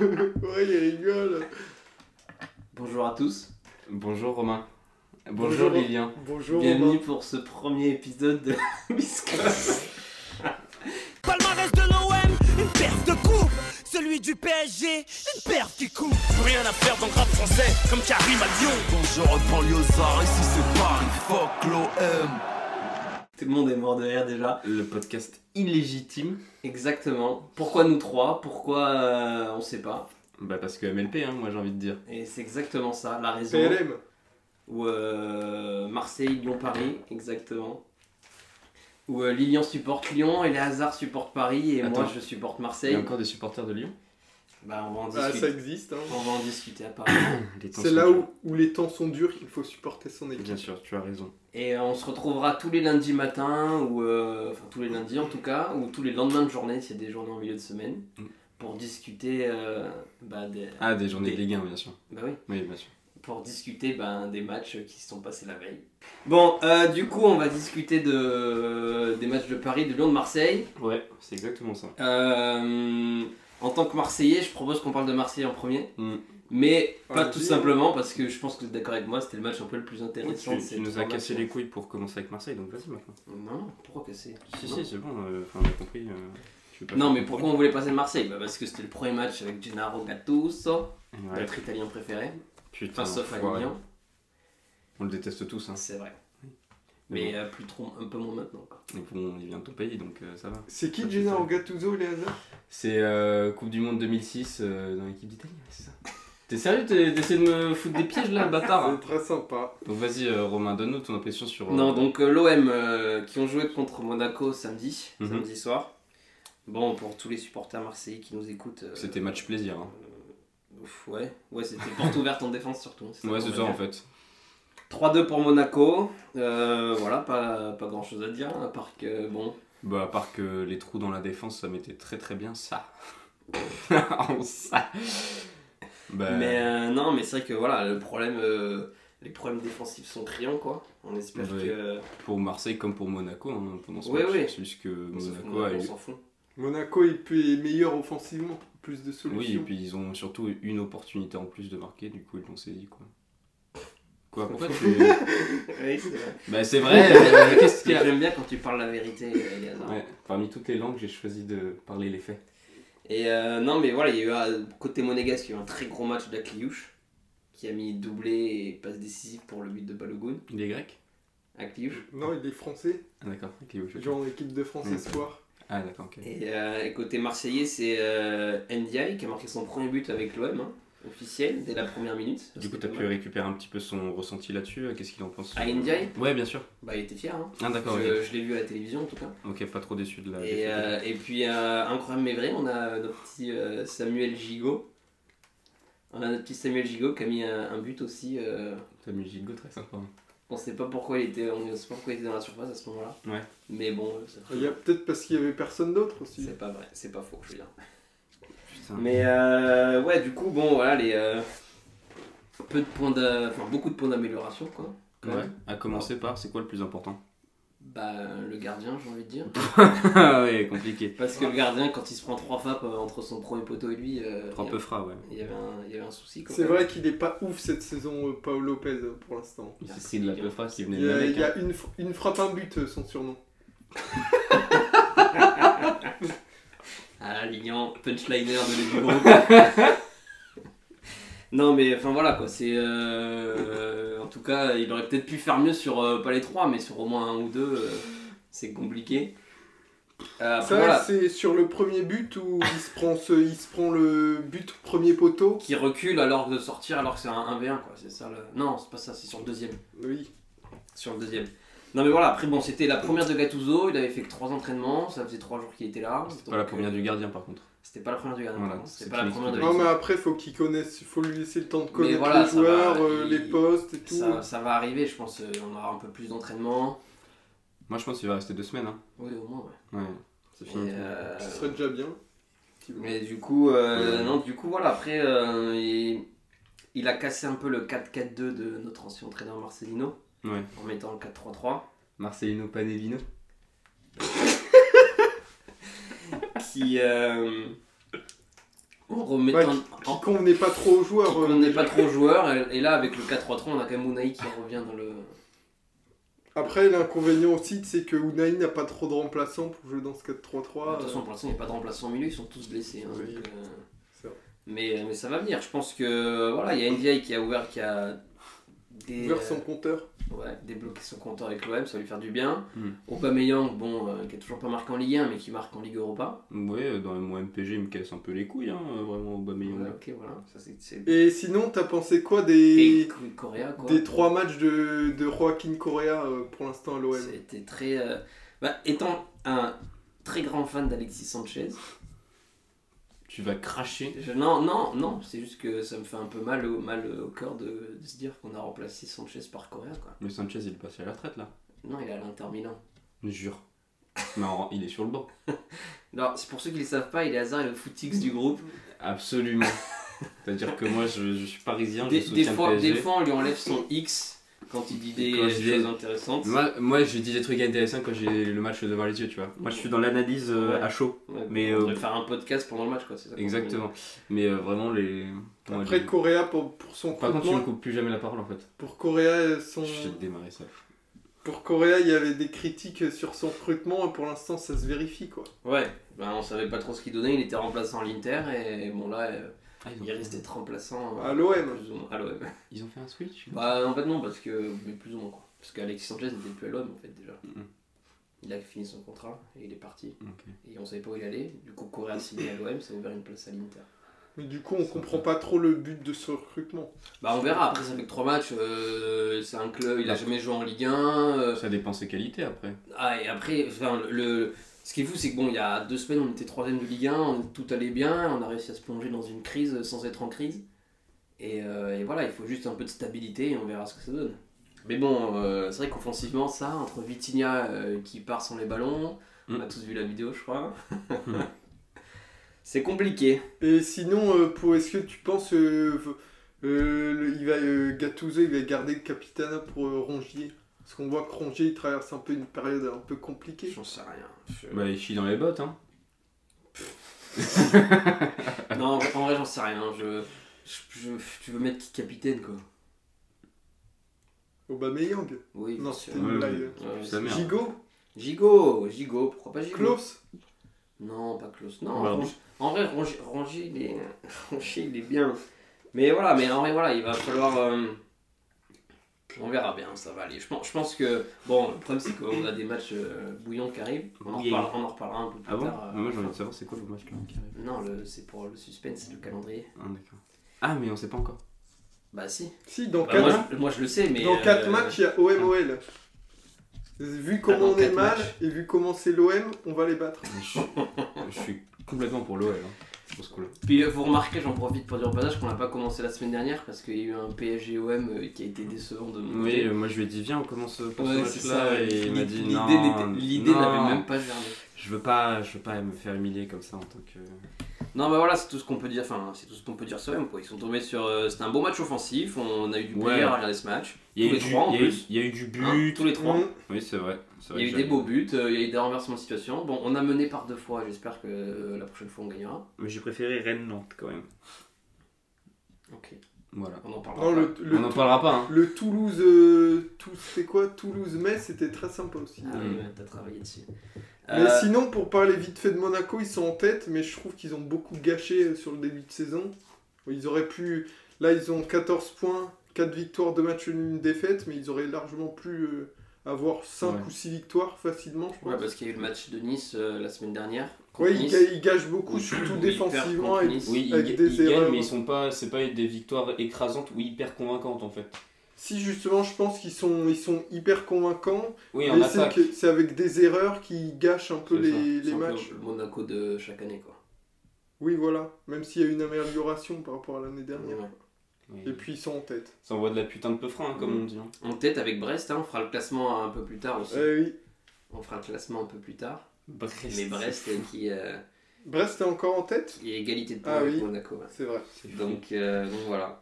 ouais, il rigole. Bonjour à tous. Bonjour Romain. Bonjour, Bonjour, Lilian. Bonjour. Bienvenue Romain. pour ce premier épisode de Biscas. Palmarès de l'OM, une perf de coupe. Celui du PSG, une perf qui coupe. Plus rien à faire dans le rap français, comme Karim à Lyon. Bonjour aux banlieusards, ici c'est Paris, fuck l'OM Tout le monde est mort de rire déjà. Le podcast Illégitime. Exactement. Pourquoi nous trois Pourquoi euh, on sait pas. Bah parce que MLP hein, moi j'ai envie de dire. Et c'est exactement ça, la raison. PLM. Ou euh, Marseille, Lyon, Paris. Exactement. Où euh, Lilian supporte Lyon et les Hazards supportent Paris et moi Attends. je supporte Il y Marseille. a encore des supporters de Lyon Bah on va en Ah, ça discuter. existe. hein. on va en discuter à part. C'est là où, où les temps sont durs qu'il faut supporter son équipe. Bien sûr, tu as raison. Et euh, on se retrouvera tous les lundis matins, ou euh, enfin tous les lundis en tout cas, ou tous les lendemains de journée, s'il y a des journées en milieu de semaine, Mm. pour discuter euh, bah, des... Ah, des journées Des- de Ligue 1, bien sûr. bah oui, Oui, bien sûr. pour discuter ben, des matchs qui se sont passés la veille. Bon, euh, du coup, on va discuter de, des matchs de Paris, de Lyon, de Marseille. Ouais, c'est exactement ça. Euh, en tant que Marseillais, je propose qu'on parle de Marseille en premier, Mm. mais pas Vas-y. tout simplement parce que je pense que vous êtes d'accord avec moi, c'était le match un peu le plus intéressant. Tu, de cette tu nous as cassé formation. les couilles pour commencer avec Marseille, donc vas-y maintenant. Non, pourquoi casser Si, Non. si, c'est bon, euh, enfin, on a compris. euh, je suis pas Non, sûr. mais pourquoi on voulait passer de Marseille bah Parce que c'était le premier match avec Gennaro Gattuso, Ouais, notre italien préféré. Putain, Enfin, sauf à enfoiré. Lyon, On le déteste tous, hein. c'est vrai. Mais Mais euh, plus trop, un peu moins maintenant. Quoi. bon, et puis, on est bien de ton pays, donc euh, ça va. C'est qui Ouais, Gennaro c'est Gattuso, les hasards C'est euh, Coupe du Monde 2006 euh, dans l'équipe d'Italie, ouais, c'est ça. T'es sérieux T'es- T'essaies de me foutre des pièges là, bâtard C'est très sympa. Donc vas-y, euh, Romain, donne-nous ton impression sur. euh, Non, donc euh, l'OM euh, qui ont joué contre Monaco samedi, Mhm. samedi soir. Bon, pour tous les supporters marseillais qui nous écoutent. euh, C'était match plaisir. Hein. euh, ouf, ouais, ouais c'était porte ouverte en défense surtout. hein, Ouais, qu'on c'est va ça en dire. fait. 3-2 pour Monaco. Euh, voilà, pas, pas grand chose à dire, à part que bon. Bah, à part que les trous dans la défense, ça mettait très très bien ça. en ça. Bah, Mais euh, non, mais c'est vrai que voilà, le problème, euh, les problèmes défensifs sont criants, quoi. On espère Ouais. que. euh, pour Marseille comme pour Monaco, hein, pendant ce Ouais, match, ouais. c'est juste que Sauf que Monaco a Monaco, on eu. s'en fout. Monaco est plus- est meilleur offensivement. Plus de Oui, et solutions. puis ils ont surtout une opportunité en plus de marquer, du coup ils l'ont saisi quoi. Quoi Pourquoi tu. Oui, c'est vrai. bah, c'est vrai, euh, qu'est-ce qu'il y a J'aime bien quand tu parles la vérité, euh, les hasards. Ouais, parmi toutes les langues, j'ai choisi de parler les faits. Et euh, non, mais voilà, il y a eu, euh, côté monégasque, il y a eu un très gros match de la Cliouche, qui a mis doublé et passe décisive pour le but de Balogun Il est grec à Cliouche. Non, il est français. Ah d'accord, avec les Wauchope. Genre en équipe de France Mm. Espoir. Ah d'accord, ok. Et, euh, et côté marseillais, c'est euh, Ndiaye qui a marqué son premier but avec l'OM, hein, officiel, dès la première minute. Du coup, t'as pu C'était récupérer un petit peu son ressenti là-dessus, euh, qu'est-ce qu'il en pense À Ndiaye Ouais, bien sûr. Bah, il était fier, hein. Ah d'accord, je, ok. je l'ai vu à la télévision en tout cas. Ok, pas trop déçu de la Et, défaite. euh, et puis, euh, incroyable mais vrai, on a notre petit euh, Samuel Gigot. On a notre petit Samuel Gigot qui a mis un, un but aussi. euh, Ta musique go très sympa. hein. on sait pas pourquoi il était, on sait pas pourquoi il était dans la surface à ce moment-là. Ouais. Mais bon, euh, c'est- Il y a peut-être parce qu'il y avait personne d'autre aussi. c'est pas vrai, c'est pas faux, je veux dire. Ah. Putain. Mais euh, ouais, du coup, bon, voilà, les euh, peu de points, d'a- enfin beaucoup de points d'amélioration, quoi. quand Ouais. même. À commencer par, c'est quoi le plus important Bah, euh, le gardien, j'ai envie de dire. Ah ouais, compliqué. Parce que le gardien, quand il se prend trois frappes euh, entre son premier poteau et lui, euh, Trois peu fra, ouais. il y avait un, il y avait un souci. quand C'est même. vrai qu'il est pas ouf cette saison, euh, Paolo Lopez, euh, pour l'instant. Il s'est pris de la peu fra qui venait Il y de a, avec. il y a une, fr- une frappe, un but, euh, son surnom. Ah, Lilian, punchliner de l'équipe. non, mais enfin voilà quoi, c'est. euh, en tout cas, il aurait peut-être pu faire mieux sur, euh, pas les trois, mais sur au moins un ou deux, euh, c'est compliqué. Euh, après, Ça, voilà, c'est sur le premier but où il se prend, ce, il se prend le but au premier poteau. qui recule alors de sortir alors que c'est un 1v1 quoi, c'est ça le. Non, c'est pas ça, c'est sur le deuxième. Oui. Sur le deuxième. Non, mais voilà, après bon, c'était la première de Gattuso, il avait fait que trois entraînements, ça faisait trois jours qu'il était là. C'était donc, pas la euh, première du gardien par contre. C'était pas la première du gardien, Voilà, pardon, c'était c'est pas la une première de Non, l'équipe. Oh, mais après, faut qu'il connaisse, faut lui laisser le temps de connaître voilà, les ça va, joueurs, euh, il- les postes et tout. Ça, ça va arriver, je pense. euh, on aura un peu plus d'entraînement. Moi, je pense qu'il va rester deux semaines. Hein. Oui, au moins. ouais. Ouais, c'est fini. Et, euh, Ce serait déjà bien. mais du coup, euh, Ouais. non, du coup, voilà. Après, euh, il, il a cassé un peu le 4-4-2 de notre ancien entraîneur Marcelino Ouais. en mettant le 4-3-3, Marcelino Panellino. qui euh, En Ouais, remettant. qui en- convenait pas trop aux joueurs. on euh, n'est pas trop aux joueurs, et, et là avec le 4-3-3, on a quand même Unai qui revient dans le. Après, l'inconvénient aussi, c'est que Unai n'a pas trop de remplaçants pour jouer dans ce 4-3-3. De toute façon, pour l'instant, il n'y a pas de remplaçant au milieu, ils sont tous blessés. hein, Oui, donc, euh, c'est vrai. mais, mais ça va venir. Je pense que voilà, il y a NDI qui a ouvert, qui a euh, des, Ouvert son compteur. ouais, débloqué son compteur avec l'OM, ça va lui faire du bien. Hmm. Aubameyang, bon, euh, qui est toujours pas marqué en Ligue 1, mais qui marque en Ligue Europa. Ouais, euh, dans mon MPG, il me casse un peu les couilles, hein, vraiment, Aubameyang. Ouais, ok, voilà, ça c'est- c'est. Et sinon, t'as pensé quoi Et des, Correa, quoi. des trois matchs de, de Joaquin Correa euh, pour l'instant à l'OM C'était très. euh, bah, étant un très grand fan d'Alexis Sanchez. Tu vas cracher. Je- non, non, non, c'est juste que ça me fait un peu mal au, mal au cœur de, de se dire qu'on a remplacé Sanchez par Correa, quoi. Mais Sanchez, il est passé à la retraite, là. Non, il est à l'Inter Milan. Je jure. Non, il est sur le banc. Alors, c'est pour ceux qui ne le savent pas, il est hasard et le footix du groupe. Absolument. C'est-à-dire que moi, je, je suis parisien, Des, Ah, je des soutiens le fois, PSG. des fois, on lui enlève son X quand il dit des Quand je dis- choses intéressantes. Moi, moi, je dis des trucs intéressants quand j'ai le match devant les yeux, tu vois. Moi, je suis dans l'analyse euh, à chaud. Ouais, mais, on euh, devrait faire un podcast pendant le match, quoi, c'est ça qu'on Exactement. Mais euh, vraiment, les. comment Après, dire Correa, pour, pour son Par contre, tu contenant, me coupes plus jamais la parole, en fait. pour Correa, euh, son... Je vais te démarrer ça. pour Correa, il y avait des critiques sur son recrutement et pour l'instant, ça se vérifie quoi. veut. Ouais, ben, on savait pas trop ce qu'il donnait, il était remplaçant à l'Inter et bon là, euh, Ah, ils, ont il risque d'être remplaçant euh, À l'OM. plus ou moins- à l'OM. ils ont fait un switch Bah en fait non parce que mais plus ou moins quoi. Parce qu'Alexis Sanchez n'était plus à l'OM en fait déjà. Mhm. Il a fini son contrat et il est parti. Ok. Et on savait pas où il allait. Du coup Correa a signé à l'OM, ça a ouvert une place à l'Inter. Mais du coup, on comprend pas trop le but de ce recrutement. Bah on verra, après ça fait que 3 matchs, euh, c'est un club, il a Ouais. jamais joué en Ligue 1. euh, Ça dépend ses qualités après. Ah et après, enfin, le, ce qui est fou c'est que bon il y a deux semaines on était troisième de Ligue 1, on- tout allait bien, on a réussi à se plonger dans une crise sans être en crise. Et, euh, et voilà, il faut juste un peu de stabilité et on verra ce que ça donne. Mais bon, euh, c'est vrai qu'offensivement ça, entre Vitinha euh, qui part sans les ballons, on a tous vu la vidéo je crois. c'est compliqué. Et sinon, euh, pour est-ce que tu penses euh, v- euh, le- il va euh, Gattuso, il va garder le Capitana pour euh, Rongier Parce qu'on voit que Rongier il traverse un peu une période un peu compliquée. J'en sais rien. Je- Bah, il chie dans les bottes, hein. Non, en vrai j'en sais rien. Je, je- je- tu veux mettre qui capitaine quoi Aubameyang, Oui, bien Non, sûr. c'était une Ouais, blague. ouais. Ouais, Sa mère. Gigot, Gigot, Gigot, pourquoi pas Ah, Gigot Klaus, Non, pas Klaus. Non, Bah, Rongi- en vrai, Rongi- Rongi, il est... Rongi, il est bien. Mais voilà, mais en vrai, voilà, il va falloir. euh, On verra bien, ça va aller. Je pense, je pense que. Bon, le problème, c'est qu'on a des matchs euh, bouillons qui arrivent. On en, Bouillés. reparlera, on en reparlera un peu plus Ah bon tard. euh, Mais Moi, j'ai envie de savoir c'est quoi le match qui arrive. Non, le- c'est pour le suspense, c'est le calendrier. Ah, d'accord. Ah, mais on sait pas encore. Bah, si. si dans Bah, 4 moi, je, moi, je le sais, mais. dans quatre euh, matchs, il y a OM-OL. Vu Ah, dans comment on est quatre mal matchs. et vu comment c'est l'OM, on va les battre. Je suis, je suis complètement pour l'OL, hein, pour ce coup-là. Puis euh, vous remarquez, j'en profite pour dire au passage qu'on n'a pas commencé la semaine dernière parce qu'il y a eu un PSG-OM euh, qui a été décevant de mon Oui, côté. euh, moi, je lui ai dit, viens, on commence euh, pour Ouais, ce c'est match-là. ça. Et il m'a L'idée dit, non. n'était- l'idée non, n'avait même pas germé. Je veux pas, je veux pas me faire humilier comme ça en tant que. Non, bah voilà, c'est tout ce qu'on peut dire. Enfin, c'est tout ce qu'on peut dire sur eux, quoi. Ils sont tombés sur. euh, c'était un beau match offensif. On a eu du Ouais. plaisir à regarder ce match. Il y a Tous eu les du, trois, en il y a eu- plus. il y a eu du but. Hein, tous les trois. Mmh. Oui, c'est vrai. c'est Il vrai y a eu que des j'ai- beaux buts. euh, il y a eu des renversements de situation. Bon, on a mené par deux fois. J'espère que euh, la prochaine fois on gagnera. Mais j'ai préféré Rennes Nantes quand même. Ok. Voilà. On en parlera. Non, pas. Oh, le, le- on n'en parlera pas. Hein. le Toulouse, euh, tout, c'était quoi Toulouse-Metz, c'était très sympa aussi. Ah oui, Mm. ouais, t'as travaillé dessus. Mais Euh, sinon, pour parler vite fait de Monaco, ils sont en tête, mais je trouve qu'ils ont beaucoup gâché euh, sur le début de saison. Ils auraient pu. Là, ils ont 14 points, 4 victoires, 2 matchs nuls, une défaite, mais ils auraient largement pu euh, avoir 5 Ouais. ou 6 victoires facilement, je pense. ouais, parce qu'il y a eu le match de Nice euh, la semaine dernière. contre Ouais, ils, Nice. ga- ils gâchent beaucoup, Où- surtout où ils perdent défensivement. contre et- Nice. Oui, Avec ils, des ils gagnent, erreurs. mais ils sont pas, c'est pas des victoires écrasantes ou hyper convaincantes en fait. Si justement, je pense qu'ils sont, ils sont hyper convaincants, Oui, en mais c'est attaque. que- c'est avec des erreurs qui gâchent un peu C'est ça, les, C'est les un peu matchs. Le Monaco de chaque année, quoi. Oui, voilà, même s'il y a une amélioration par rapport à l'année dernière. Ouais. Oui. Et puis ils sont en tête. Ça envoie de la putain de peu franc, hein, comme Mm. on dit. hein. En tête avec Brest, hein, on fera le classement un peu plus tard aussi. Eh oui. On fera le classement un peu plus tard. Brest. Mais Brest euh, qui, euh, Brest est encore en tête qui est égalité de points Ah avec oui. Monaco. hein. C'est vrai. C'est fou. Donc, euh, donc voilà.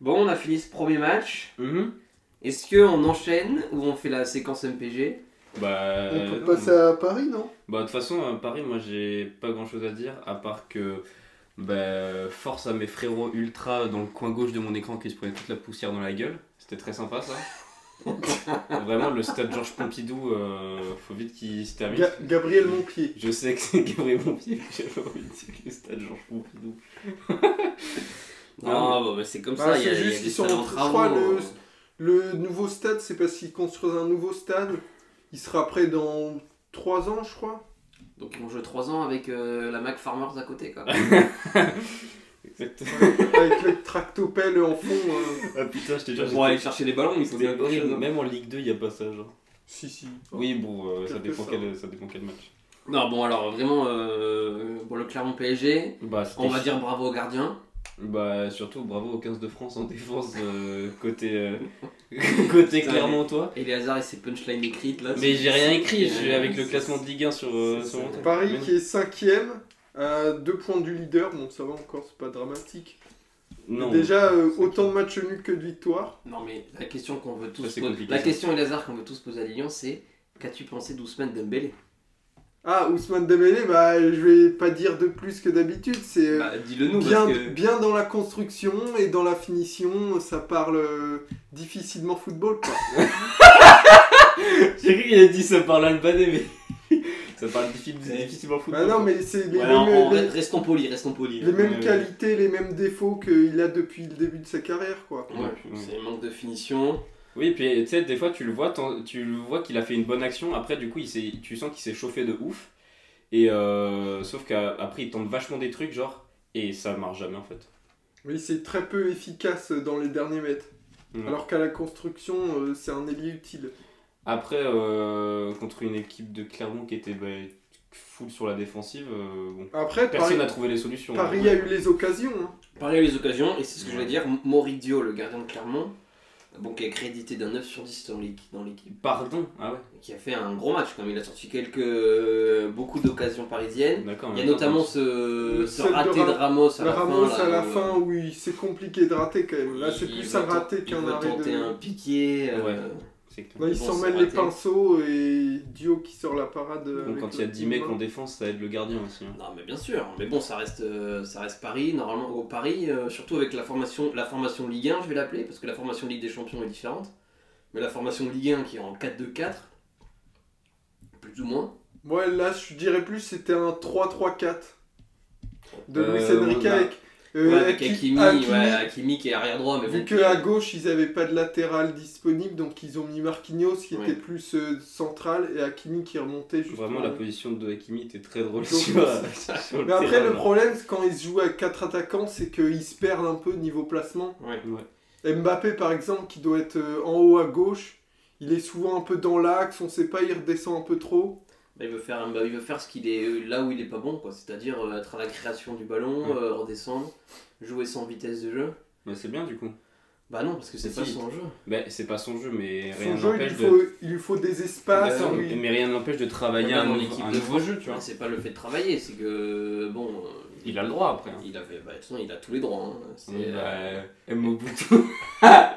Bon, on a fini ce premier match. Mhm. Est-ce qu'on enchaîne ou on fait la séquence MPG Bah. On peut non. passer à Paris, non euh, Bah de toute façon, à Paris, moi j'ai pas grand chose à dire à part que Bah, force à mes frérots ultra dans le coin gauche de mon écran qui se prenaient toute la poussière dans la gueule. C'était très sympa ça. Vraiment, le stade Georges Pompidou, euh, faut vite qu'il se termine. Ga- Gabriel Montpied. Je sais que c'est Gabriel Montpied, mais j'avais envie de dire que le stade Georges Pompidou. Non, bah, bah, c'est comme Bah, ça. il y a- c'est il y a juste des qu'ils sont salles en en travaux, trois, le- euh, Le nouveau stade, c'est parce qu'ils construisent un nouveau stade. Il sera prêt dans 3 ans, je crois. Donc ils vont jouer 3 ans avec euh, la Mac Farmers à côté quoi. Exactement. Avec le tractopelle en fond. euh. Ah putain, je te jure, Pour aller chercher les ballons, il faut c'était bien quelque chose, horrible. hein. Même en Ligue 2, il y a pas ça, genre. Si, si. Oui, bon, euh, ça, Quelque dépend chose. quel, ça dépend quel match. Non, bon, alors vraiment, euh, pour le Clermont PSG, Bah, c'était on va chi- dire bravo au gardien. Bah, surtout bravo aux 15 de France en défense, euh, côté, euh, côté Putain, Clermontois. Et les hasards et ses punchlines écrites là. c'est- Mais j'ai rien écrit, je suis Euh, avec le c'est- classement de Ligue 1 sur, euh, c'est- sur mon c'est- téléphone. Paris qui est 5ème, à 2 points du leader. Bon, ça va encore, c'est pas dramatique. Non. Déjà, euh, autant de matchs nuls que de victoires. Non, mais la question qu'on veut tous Ça, c'est poser. compliqué, La ça. question et les hasards qu'on veut tous poser à Lyon, c'est qu'as-tu pensé d'Ousmane Dembélé Ah, Ousmane Dembélé, bah, je vais pas dire de plus que d'habitude. C'est euh, Bah, dis-le nous bien, parce que. bien dans la construction et dans la finition. Ça parle euh, difficilement football. Quoi. J'ai cru qu'il a dit ça parle albanais, mais. ça parle diffi- difficilement bah football. non, mais c'est les Voilà, mêmes- on- on- les- Restons polis, restons polis. les mêmes Ouais, ouais. qualités, les mêmes défauts qu'il a depuis le début de sa carrière, quoi. Ouais, c'est manque de finition. Oui, puis tu sais, des fois tu le vois, t'en- tu le vois qu'il a fait une bonne action, après du coup il s'est- tu sens qu'il s'est chauffé de ouf, et euh, sauf qu'après il tente vachement des trucs, genre, et ça marche jamais en fait. Oui, c'est très peu efficace dans les derniers mètres. Ouais. Alors qu'à la construction, euh, c'est un ailier utile. Après, euh, contre une équipe de Clermont qui était bah, full sur la défensive, euh, bon, Après, personne Paris, n'a trouvé les solutions. Paris a eu les occasions. hein. Parler les occasions, et c'est ce que je voulais dire, Moridio, le gardien de Clermont, bon, qui est crédité d'un 9 sur 10 dans l'équ- dans l'équipe. Pardon Ah ouais qui a fait un gros match quand même. Il a sorti quelques euh, beaucoup d'occasions parisiennes. D'accord. Il y mais a attends, notamment mais- ce, Le ce seul de raté de Ra- Ramos Le à la Ramos fin. là, à la où, fin, oui, c'est compliqué de rater quand même. Là, c'est il plus veut un raté tenter- qu'un Il veut arrêt tenter de. un piqué. euh, Ouais. c'est clair. Là, il Bon, s'en c'est mêle les raté. pinceaux et Dio qui sort la parade. euh, Donc, avec quand il y a le 10 mecs main. en défense, ça aide le gardien aussi. hein. Non, mais bien sûr. Mais bon, ça reste, euh, ça reste Paris. Normalement, au Paris, euh, surtout avec la formation, la formation Ligue 1, je vais l'appeler, parce que la formation Ligue des Champions est différente. Mais la formation Ligue 1 qui est en 4-2-4, plus ou moins. Ouais, là, je dirais plus, c'était un 3-3-4 de Euh, Luis Enrique on a- avec. euh, bah, Ouais, avec Aki- Hakimi, Hakimi, ouais, Hakimi qui est arrière droit. Mais Vu bon, que à gauche ils avaient pas de latéral disponible, donc ils ont mis Marquinhos qui Ouais. était plus euh, central et Hakimi qui remontait juste. Vraiment, la position de Hakimi était très drôle. Donc, sur- sur le Mais après terrain, le genre. problème c'est quand ils se jouent à quatre attaquants, c'est qu'ils se perdent un peu niveau placement. Ouais. Mbappé par exemple qui doit être euh, en haut à gauche, il est souvent un peu dans l'axe, on sait pas, il redescend un peu trop. Bah, il veut faire, bah, il veut faire ce qu'il est euh, là où il est pas bon, quoi. C'est-à-dire euh, être à la création du ballon, Ouais. euh, redescendre, jouer sans vitesse de jeu. Mais c'est bien du coup. Bah non, parce que c'est Si, pas si. son jeu. Bah, c'est pas son jeu, mais Son rien jeu il n'empêche lui, de. faut, Ah il lui faut des espaces. Bah, il oui. lui- Mais rien n'empêche de travailler Même un, en nouveau- équipe un de nouveau jeu, tu vois. Mais C'est pas le fait de travailler, c'est que bon. euh, Il a le droit après. hein. Il avait, bah, de toute façon, il a tous les droits. hein. C'est, Oui, euh, bah, M. Mobutu.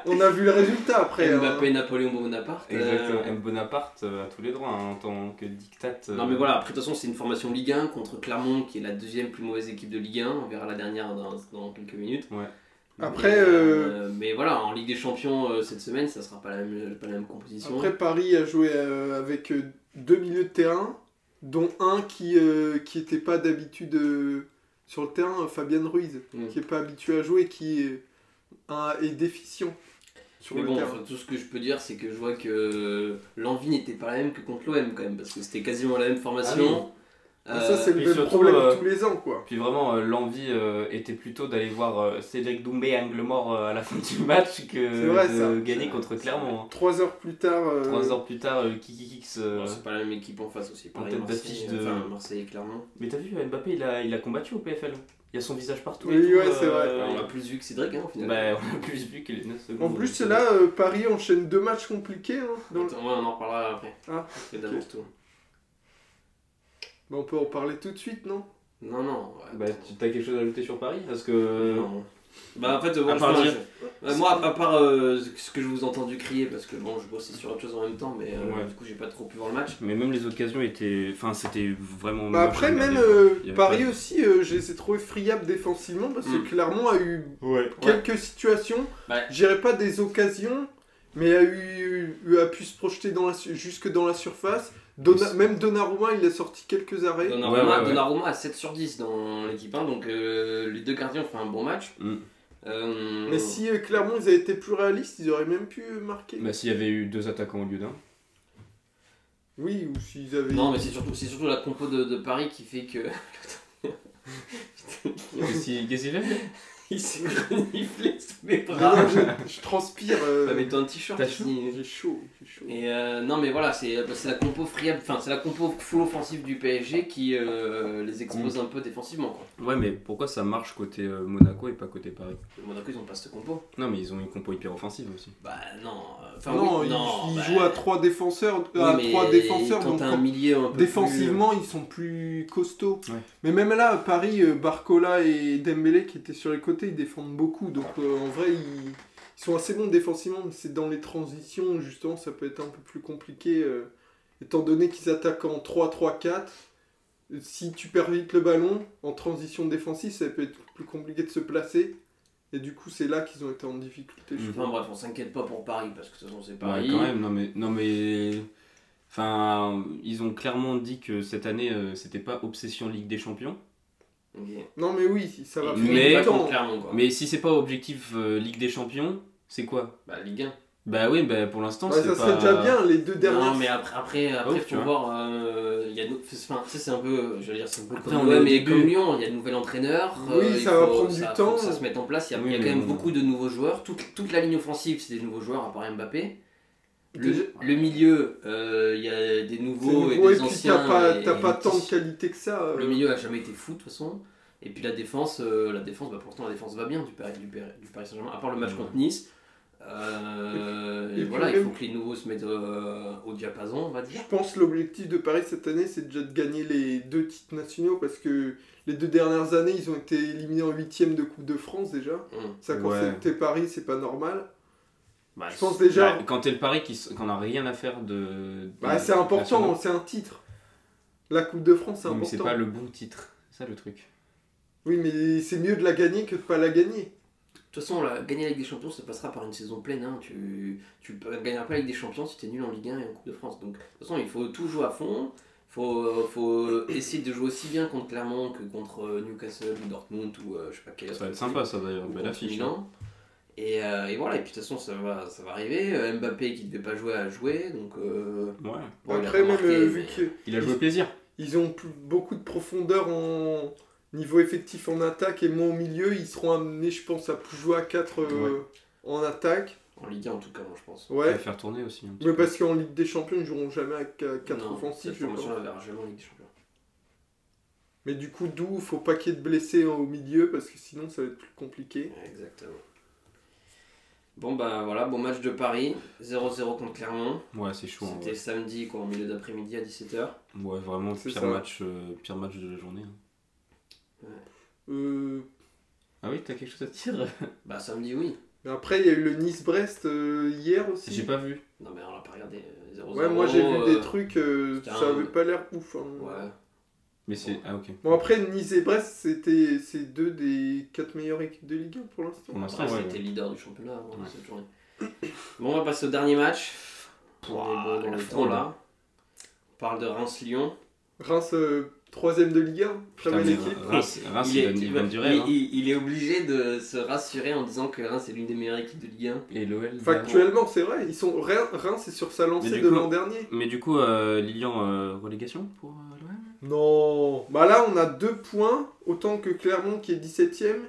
On a vu le résultat après. hein. Mbappé, Napoléon Bonaparte. euh, Exactement. M. Bonaparte euh, a tous les droits hein, en tant que dictate. euh, Non mais voilà, après de toute façon c'est une formation Ligue 1 contre Clermont qui est la deuxième plus mauvaise équipe de Ligue 1, on verra la dernière dans, dans quelques minutes. Après, mais, euh, euh, mais voilà, en Ligue des Champions euh, cette semaine ça sera pas la même, pas la même composition. Après, Paris a joué euh, avec euh, deux milieux de terrain, dont un qui n'était pas d'habitude euh, sur le terrain, Fabien Ruiz, Mm. qui n'est pas habitué à jouer, qui est, euh, un- est déficient sur Mais le bon, terrain. enfin, tout ce que je peux dire, c'est que je vois que l'envie n'était pas la même que contre l'OM quand même, parce que c'était quasiment la même formation. Ah, Euh, ça, c'est le et même surtout, problème euh, tous les ans, quoi. Puis vraiment, euh, l'envie euh, était plutôt d'aller voir euh, Cédric Doumbé angle mort euh, à la fin du match C'est que vrai, ça. de gagner C'est- contre c'est Clermont. hein. Trois heures plus tard, euh, Trois heures plus tard, euh, Kikikix. euh, bon, c'est pas la même équipe en face aussi. Pareil, tête Marseille, d'affiche de- enfin, Marseille et Clermont. Mais t'as vu, Mbappé, il a, il a combattu au PFL. Il y a son visage partout. Oui, et tout, euh, ouais, c'est vrai. Enfin, on a plus vu que Cédric hein, au final. Bah, on a plus vu que les 9 secondes. en plus, c'est là, euh, Paris enchaîne deux matchs compliqués. hein, dans le- Attends, ouais, on en reparlera après. Ah, On fait d'abord tout. Bah, on peut en parler tout de suite, non Non, non. ouais, Bah, attends. tu as quelque chose à ajouter sur Paris Parce que. Non. Bah en fait, euh, À bon, part je- dire- je- euh, moi, à part euh, ce que je vous ai entendu crier, parce que bon, je bossais sur autre chose en même temps, mais euh, Ouais. du coup, j'ai pas trop pu voir le match. Mais même les occasions étaient. Enfin, c'était vraiment. Bah moche à après, même regarder. euh, Il y avait Paris pas- Hmm. aussi, euh, je les ai trouvés friables défensivement parce Mm. que Clermont a eu Ouais. quelques situations, Ouais. je dirais pas des occasions, mais a, eu, a pu se projeter dans la, su- jusque dans la surface. Donna- Oui. même Donnarumma, il a sorti quelques arrêts. Donnarumma, Ouais, ouais, ouais. Donnarumma a 7 sur 10 dans l'équipe 1, donc euh, les deux gardiens ont fait un bon match. Mm. Euh, Mais si euh, Clermont ils avaient été plus réalistes, ils auraient même pu euh, marquer. Bah, s'il y avait eu deux attaquants au lieu d'un. Oui, ou s'ils avaient. Non, mais c'est surtout, c'est surtout la compo de, de Paris qui fait que. Qu'est-ce qu'il qu'est-ce qu'il fait Il s'est reniflé sous mes Non, bras. non, je, je transpire. euh, Bah, mets-toi un t-shirt. T'as aussi. euh, j'ai chaud, j'ai chaud. Et euh, non, mais voilà, c'est c'est la compo friable, enfin, c'est la compo full offensive du PSG qui euh, les expose un peu défensivement. Quoi. Ouais, mais pourquoi ça marche côté euh, Monaco et pas côté Paris Le Monaco, ils ont pas cette compo. Non, mais ils ont une compo hyper offensive aussi. Bah non. euh, Enfin, non, oui, ils, non, ils bah, jouent à trois défenseurs, oui, euh, à mais trois défenseurs, quand donc t'as un quand- milieu un peu plus- euh, Défensivement, ils sont plus costauds. Ouais. Mais même là, à Paris, euh, Barcola et Dembélé qui étaient sur les côtés, ils défendent beaucoup. Donc euh, en vrai, ils, ils sont assez bons défensivement, mais c'est dans les transitions où, justement ça peut être un peu plus compliqué. euh, étant donné qu'ils attaquent en 3-3-4, euh, si tu perds vite le ballon en transition défensive, ça peut être plus compliqué de se placer. Et du coup, c'est là qu'ils ont été en difficulté. je Mhm. trouve. euh, Enfin bref, on s'inquiète pas pour Paris parce que de toute façon c'est Ouais, Bah, Paris. quand même, non mais, non mais, enfin, ils ont clairement dit que cette année, euh, c'était pas obsession Ligue des Champions. Ok. Non, mais oui, ça va Et prendre Mais- du pas temps. contre Clermont quoi. Mais si c'est pas objectif euh, Ligue des Champions, c'est quoi Bah Ligue 1. Bah oui, bah pour l'instant, Ouais, c'est ça pas- serait déjà bien les deux dernières. Non mais après après, après Ouf, tu faut vois. voir euh, il y a nou- enfin, tu sais c'est un peu euh, j'allais dire c'est un peu Après, comme on est au l'OM et début. comme Lyon, il y a un nouvel entraîneur, euh, Oui, il ça va faut- prendre du ça- temps. faut que ça se mette en place, il y a, Oui, il y a quand mais même bon. beaucoup de nouveaux joueurs, toute, toute la ligne offensive c'est des nouveaux joueurs à part Mbappé. Déjà- Le, le milieu, euh, il y a des C'est nouveaux nouveau, et et, des puis anciens. t'as pas, et- t'as et pas des tant de petits. qualité que ça. euh. Le milieu a jamais été fou de toute façon. Et puis la défense, euh, la défense, bah, pourtant la défense va bien du Paris, du Paris- du Paris Saint-Germain, à part Mm. le match contre Nice. Euh, Et et puis- et voilà, puis il même- faut que les nouveaux se mettent euh, au diapason, on va Je dire. pense que l'objectif de Paris cette année, c'est déjà de gagner les deux titres nationaux parce que les deux dernières années, ils ont été éliminés en huitième de Coupe de France déjà. Hum. Ça, quand Ouais. c'est- t'es Paris, c'est pas normal. Bah, Je pense déjà, Ouais, Bah, quand t'es le Paris qui s- qu'on a rien à faire de. bah, Mmh. de- c'est important, national. c'est un titre. La Coupe de France, c'est Oui, mais c'est important. pas le bon titre, c'est ça le truc. Oui, mais c'est mieux de la gagner que de pas la gagner. De toute façon, la, gagner la Ligue des Champions, ça passera par une saison pleine. hein. Tu, tu peux- gagneras pas la Ligue des Champions si t'es nul en Ligue 1 et en Coupe de France. Donc, de toute façon, il faut tout jouer à fond. Il faut, faut essayer de jouer aussi bien contre Clermont que contre euh, Newcastle ou Dortmund ou euh, je sais pas quel Ça va autre être sympa, ça d'ailleurs, Ou belle contre affiche. hein. Milan. Et, euh, et voilà, et puis de toute façon, ça va, ça va arriver. Euh, Mbappé qui ne devait pas jouer a joué, donc. euh, hein. Ouais. bon, il a Après, pas même marqué, euh, mais- vu que Il a joué plaisir. Ils ont plus- beaucoup de profondeur en niveau effectif en attaque et moins au milieu. Ils seront amenés, je pense, à plus jouer à 4 en attaque. En Ligue 1, en tout cas, moi, je pense. Il va Ouais. faire tourner aussi. hein, un petit Mais peu. parce qu'en Ligue des Champions, ils joueront jamais à 4 Non, offensifs, Cette je pense. formation, elle verra jamais en Ligue des Champions. Mais du coup, d'où faut pas qu'il y ait de blessés au milieu parce que sinon ça va être plus compliqué. Ouais, Exactement. Bon, bah voilà, bon match de Paris. 0-0 contre Clermont. Ouais, c'est chaud. hein, C'était samedi, quoi, en milieu d'après-midi à 17h. ouais. Ouais, vraiment, C'est pire ça. match, euh, pire match de la journée. hein. Euh, Ah oui, t'as quelque chose à dire Bah, samedi, oui. mais après, il y a eu le Nice-Brest euh, hier aussi. J'ai pas vu. Non, mais on l'a pas regardé. euh, 0-0. Ouais, moi j'ai vu euh, des trucs, euh, c'était ça un- avait pas l'air ouf. hein. Ouais. Mais c'est. Ah ok. Bon, après, Nice et Brest, c'était c'est deux des 4 meilleures équipes de Ligue 1 pour l'instant. Pour l'instant, Après, Ah ouais. c'était leader du championnat avant Ouais. cette journée. Bon, on va passer au dernier match. On Ouah, est bon dans la le temps fraude. là. On parle de Reims-Lyon. Reims, euh, troisième de Ligue 1, très Putain, belle mais équipe. euh, Reims, Reims, il, il est, donne- il il- donne du rêve. il- hein. il- il est obligé de se rassurer en disant que Reims est l'une des meilleures équipes de Ligue 1. Et l'OL. Factuellement, c'est vrai. Ils sont Reims, Reims est sur sa lancée Mais du de coup- l'an dernier. Mais du coup, euh, Lilian, euh, relégation pour euh, l'OM Non. Bah là, on a deux points, autant que Clermont qui est 17ème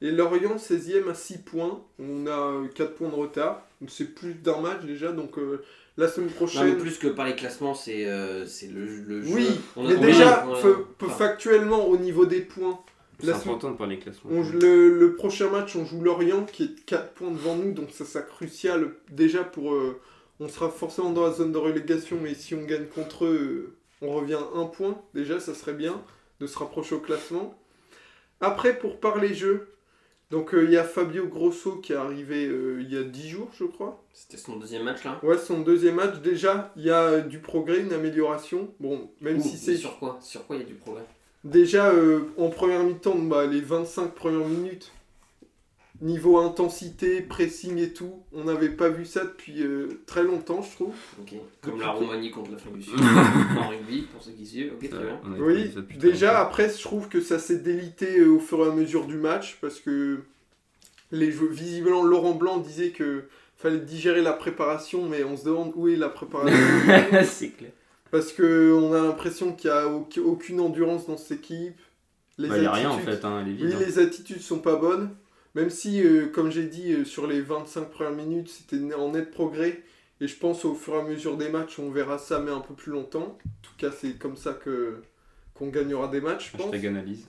et Lorient 16ème à 6 points. On a 4 points de retard. Donc c'est plus d'un match déjà. Donc euh, la semaine Non, mais prochaine. plus que par les classements, c'est euh, c'est le, le jeu. oui, On a- mais on a- déjà, on a- fa- enfin, factuellement, au niveau des points, C'est La semaine- important de parler classement. On joue- le, le prochain match, on joue Lorient qui est 4 points devant nous, donc ça sera crucial déjà pour... euh, on sera forcément dans la zone de relégation, mais si on gagne contre eux, euh, on revient à un point. Déjà, ça serait bien de se rapprocher au classement. Après, pour parler jeu, Donc euh, il y a Fabio Grosso qui est arrivé euh, il y a 10 jours, je crois. C'était son deuxième match là. Ouais, son deuxième match. Déjà, il y a euh, du progrès, une amélioration. Bon, même Ouh, si mais c'est. sur quoi Sur quoi il y a du progrès Déjà, euh, en première mi-temps, bah, les 25 premières minutes, niveau intensité, pressing et tout, on n'avait pas vu ça depuis euh, très longtemps, je trouve. Ok. Depuis Comme la que- Roumanie contre l'Afrique du Sud en rugby pour ceux qui suivent. Ok, très bien. On a été Oui, ça depuis déjà très après, je trouve que ça s'est délité euh, au fur et à mesure du match parce que les jeux, visiblement Laurent Blanc disait que fallait digérer la préparation, mais on se demande où est la préparation longtemps. c'est clair. parce que on a l'impression qu'il n'y a au- aucune endurance dans cette équipe. Les Bah, y a rien en attitudes- fait, hein, elle est Oui, vide. hein. les attitudes sont pas bonnes. Même si, euh, comme j'ai dit, euh, sur les 25 premières minutes, c'était en net progrès. Et je pense au fur et à mesure des matchs, on verra ça, mais un peu plus longtemps. En tout cas, c'est comme ça que qu'on gagnera des matchs, je pense. Hashtag analyse.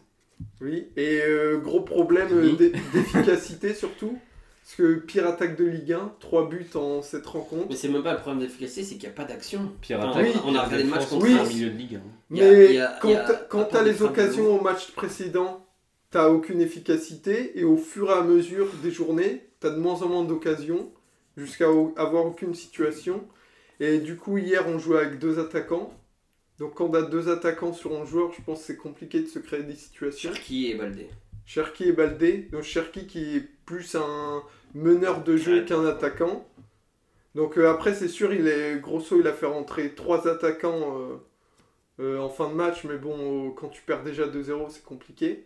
Oui. Et euh, gros problème euh, Oui. d'e- d'efficacité surtout. Parce que pire attaque de Ligue 1, 3 buts en cette rencontre. Mais c'est même pas le problème d'efficacité, c'est qu'il n'y a pas d'action. Pierre Enfin, Attaque, oui, on a regardé le match contre oui. en France. milieu de ligue. hein. Il y a- il Mais y a- il quand y a- t'as- quand à part t'as des les frappes de occasions au match précédent, t'as aucune efficacité et au fur et à mesure des journées, t'as de moins en moins d'occasions jusqu'à au- avoir aucune situation. Et du coup, hier, on jouait avec deux attaquants. Donc quand t'as deux attaquants sur un joueur, je pense que c'est compliqué de se créer des situations. Cherki et Baldé. Cherki et Baldé. Donc Cherki qui est plus un meneur de jeu Ouais. qu'un attaquant. Donc euh, après c'est sûr, il est grosso, il a fait rentrer trois attaquants euh, euh, en fin de match, mais bon, euh, quand tu perds déjà 2-0, c'est compliqué.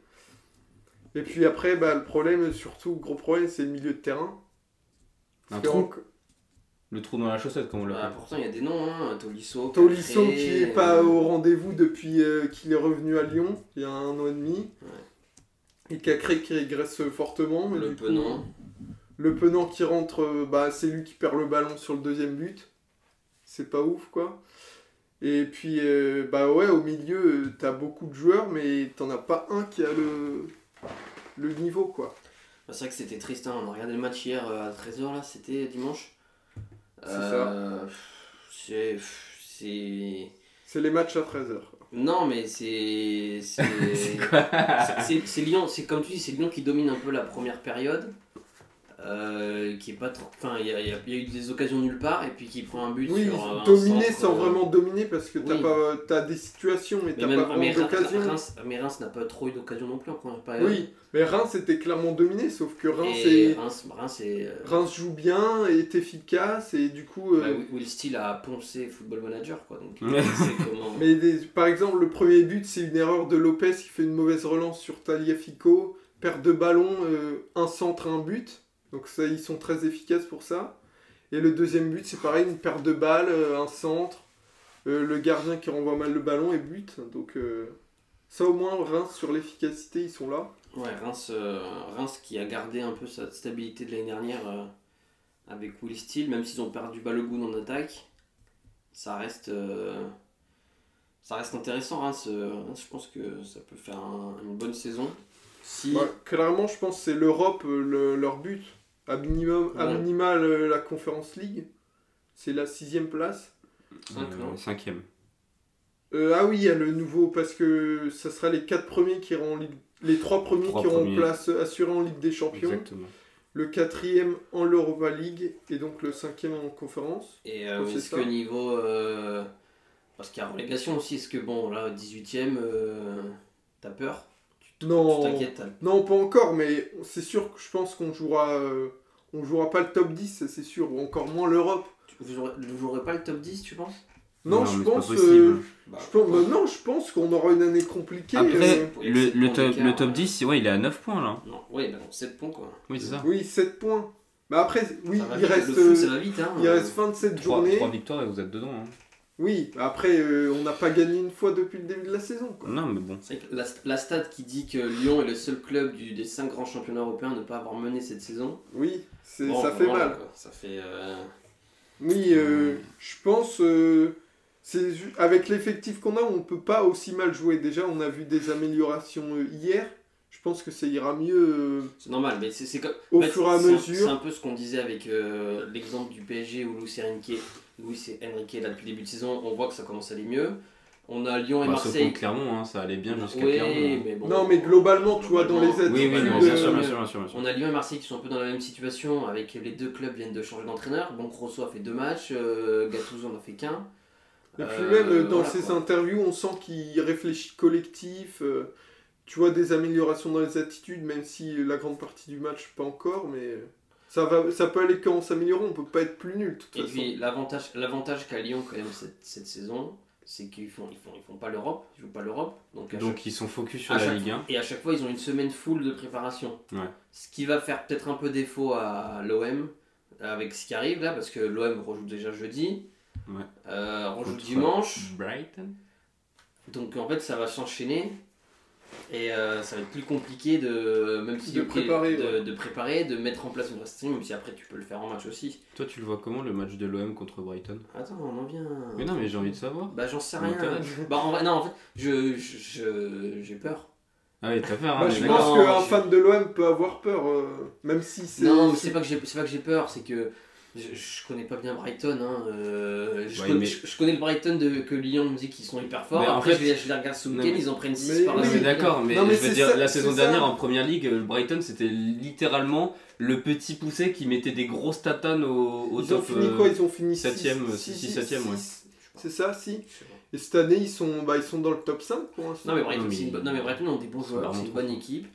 Et puis après, bah, le problème, surtout, gros problème, c'est le milieu de terrain. Parce Un que trou. en- Le trou dans la chaussette, comme on Ah, l'appelle. pourtant, il y a des noms, hein. Tolisso. Tolisso Cafré, qui est euh, pas au rendez-vous depuis euh, qu'il est revenu à Lyon il y a un an et demi. Et Cacré qui régresse fortement. mais Le du coup, Penon. Le Penant qui rentre, euh, bah, c'est lui qui perd le ballon sur le deuxième but. C'est pas ouf, quoi. Et puis, euh, bah ouais, au milieu, euh, t'as beaucoup de joueurs, mais t'en as pas un qui a le, le niveau, quoi. Bah, c'est vrai que c'était triste, hein. on a regardé le match hier euh, à 13h, là, c'était dimanche. C'est Euh, C'est pff, c'est- C'est les matchs à 13h. Non, mais c'est. c'est- C'est quoi c'est- c'est- C'est Lyon, c'est comme tu dis, c'est Lyon qui domine un peu la première période. euh, qui est pas trop. Enfin, il y, a- il y a il y a eu des occasions nulle part et puis qui prend un but. Oui, sur, euh, un dominer centre, sans euh, vraiment dominer, parce que t'as oui. pas t'as des situations, mais Mais, t'as même, pas mais vraiment Reims, d'occasion. Reims- mais Reims n'a pas trop eu d'occasion non plus en première période. Oui, mais Reims était clairement dominé, sauf que Reims, et est- Reims, Reims est. euh, Reims joue bien, est efficace, et du coup... euh, bah, Will Steele a poncé Football Manager, quoi. Donc, Ouais. c'est comment. Mais des- par exemple, le premier but, c'est une erreur de Lopez qui fait une mauvaise relance sur Taliafico, perte de ballon, euh, un centre, un but. Donc ça, ils sont très efficaces pour ça. Et le deuxième but, c'est pareil, une perte de balle, euh, un centre, euh, le gardien qui renvoie mal le ballon et but. Donc euh, ça au moins, Reims sur l'efficacité, ils sont là. Ouais, Reims, euh, Reims qui a gardé un peu sa stabilité de l'année dernière euh, avec Will Steele, même s'ils ont perdu Balogun en attaque, ça reste, euh, ça reste intéressant. Reims, euh, Reims, je pense que ça peut faire un- une bonne saison. Si, Ouais, clairement, je pense que c'est l'Europe euh, le- leur but. À, minimum, à Ouais. minimal, euh, la Conference League, c'est la sixième place. Cinq, Euh, non Cinquième. Euh, ah oui, il y a le nouveau, parce que ça sera les quatre premiers qui iront en Ligue... Les trois premiers Trois qui auront premiers. place assurée en Ligue des Champions, Exactement. le quatrième en l'Europa League et donc le cinquième en conférence. et euh, Oh, c'est est-ce ça. que niveau. euh, parce qu'il y a relégation aussi, est-ce que bon, là, 18ème, t'as peur Tu Non, t'inquiètes t'as- non, pas encore, mais c'est sûr que je pense qu'on jouera, euh, on jouera pas le top 10, ça, c'est sûr, ou encore moins l'Europe. tu- Vous aurez- vous jouerez pas le top 10, tu penses Non, Non, je mais c'est pas pense, possible. euh, Bah, je pense- bah non, je pense qu'on aura une année compliquée. Après, euh, Avec le, sept le points top, d'écart, le top ouais. 10, ouais, il est à 9 points là. Non, ouais, bah, 7 points quoi. Oui, c'est ça. euh, oui, 7 points. Mais après, oui, Ça va il vite, reste, le foot, ça euh, va vite, hein. il reste 27 3, journées. victoires et vous êtes dedans. hein. Oui, après, euh, on n'a pas gagné une fois depuis le début de la saison. Quoi. Non, mais bon. C'est vrai que La, la stat qui dit que Lyon est le seul club du- des 5 grands championnats européens à ne pas avoir mené cette saison. Oui, c'est- Bon, ça fait voilà, mal. quoi. Ça fait. euh, Oui, Hmm. euh, je pense. euh, c'est ju- avec l'effectif qu'on a, on ne peut pas aussi mal jouer. Déjà, on a vu des améliorations euh, hier. Je pense que ça ira mieux euh, C'est normal, mais c'est c'est comme. au en fait, fur et à c'est un- C'est mesure. un peu ce qu'on disait avec euh, l'exemple du PSG où Luis Enrique, Luis Enrique, là depuis le début de saison, on voit que ça commence à aller mieux. On a Lyon et Bah, sauf Marseille. contre Clermont, hein, ça allait bien jusqu'à Oui, Clermont. hein. mais bon. Non, mais globalement, tu vois, dans les Globalement, aides. Oui, oui, attitude, non, euh, bien sûr, bien sûr, bien sûr. bien sûr. On a Lyon et Marseille qui sont un peu dans la même situation, avec les deux clubs viennent de changer d'entraîneur. Bon, Rosso a fait deux matchs, euh, Gattuso n'en a fait qu'un. Et puis Euh, même euh, dans voilà, ses quoi. interviews, on sent qu'il réfléchit collectif. euh, tu vois des améliorations dans les attitudes, même si la grande partie du match pas encore, mais euh, ça va, ça peut aller qu'en s'améliorant. On peut pas être plus nul de toute Et façon. puis l'avantage, l'avantage qu'a Lyon quand même cette, cette saison, c'est qu'ils font, ils font, ils font pas l'Europe, ils jouent pas l'Europe. Donc, à Donc ils sont focus sur à la chaque Ligue 1. chaque- et à chaque fois ils ont une semaine full de préparation. Ouais. Ce qui va faire peut-être un peu défaut à l'OM avec ce qui arrive là, parce que l'OM rejoue déjà jeudi, Ouais. euh, rejoue Contre dimanche. Brighton Donc en fait, ça va s'enchaîner et euh, ça va être plus compliqué de même si De ok, préparer, de, ouais. de préparer, de mettre en place une stratégie, même si après tu peux le faire en match aussi. Toi, tu le vois comment le match de l'OM contre Brighton Attends, on en vient. Mais non, mais j'ai envie de savoir. Bah j'en sais Ça rien. m'intéresse. Bah en vrai- non, en fait, je je- je- j'ai peur. Ah oui, t'as peur, hein, Moi, mais je d'accord. pense non, qu'un je- fan de l'OM peut avoir peur, euh, même si c'est. Non, mais c'est pas que j'ai c'est pas que j'ai peur, c'est que je, je connais pas bien Brighton. hein, euh, je, Ouais, connais, mais- je- je connais le Brighton de, que Lyon me dit qu'ils sont hyper forts. Mais en Après, fait- je, les, je les regarde ce Non, week-end, mais- ils en prennent 6 mais par Non, la oui, mais suite. d'accord, mais, Non, mais je veux c'est dire, ça, la c'est saison ça. dernière en première ligue, le Brighton c'était littéralement le petit poussé qui mettait des grosses tatanes au, au Ils ont top. fini euh, quoi Ils ont fini septième, six- six- six- six- septième, ouais. six- C'est ça, si. Je sais pas. Et cette année, ils sont, bah, ils sont dans le top 5 pour l'instant. Non mais Brighton, Non, mais- c'est une bonne- non, mais Brighton ont des bons C'est joueurs, vraiment c'est une trop bonne fort. équipe.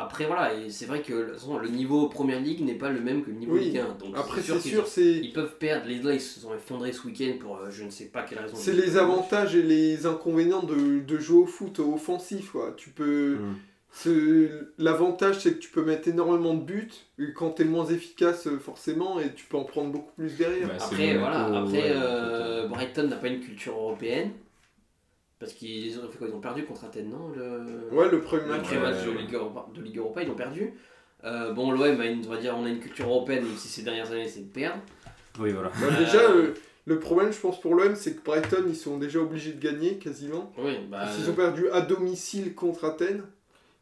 Après voilà, et c'est vrai que de toute façon, le niveau Première Ligue n'est pas le même que le niveau Oui. Ligue 1. Donc Après, c'est sûr, qu'ils c'est. ont- ils peuvent perdre. Les deux, ils se sont effondrés ce week-end pour euh, je ne sais pas quelle raison. C'est les avantages et les inconvénients de, de jouer au foot offensif. Quoi. Tu peux, Mm. ce- L'avantage, c'est que tu peux mettre énormément de buts et quand t'es moins efficace, euh, forcément, et tu peux en prendre beaucoup plus derrière. Bah, c'est Après Monaco, voilà, ouais, en après fait, euh, euh, Brighton n'a pas une culture européenne parce qu'ils ont fait quoi Ils ont perdu contre Athènes, non le... Ouais, le premier le match. premier ouais, match de ouais. Ligue Europa, de Ligue Europa, ils ont perdu. Euh, bon, l'OM, a une- on va dire, on a une culture européenne, même si ces dernières années, c'est de perdre. Oui, voilà. Bah, Euh, déjà, euh, le problème, je pense, pour l'OM, c'est que Brighton, ils sont déjà obligés de gagner quasiment. Oui, bah, Ils ont perdu à domicile contre Athènes.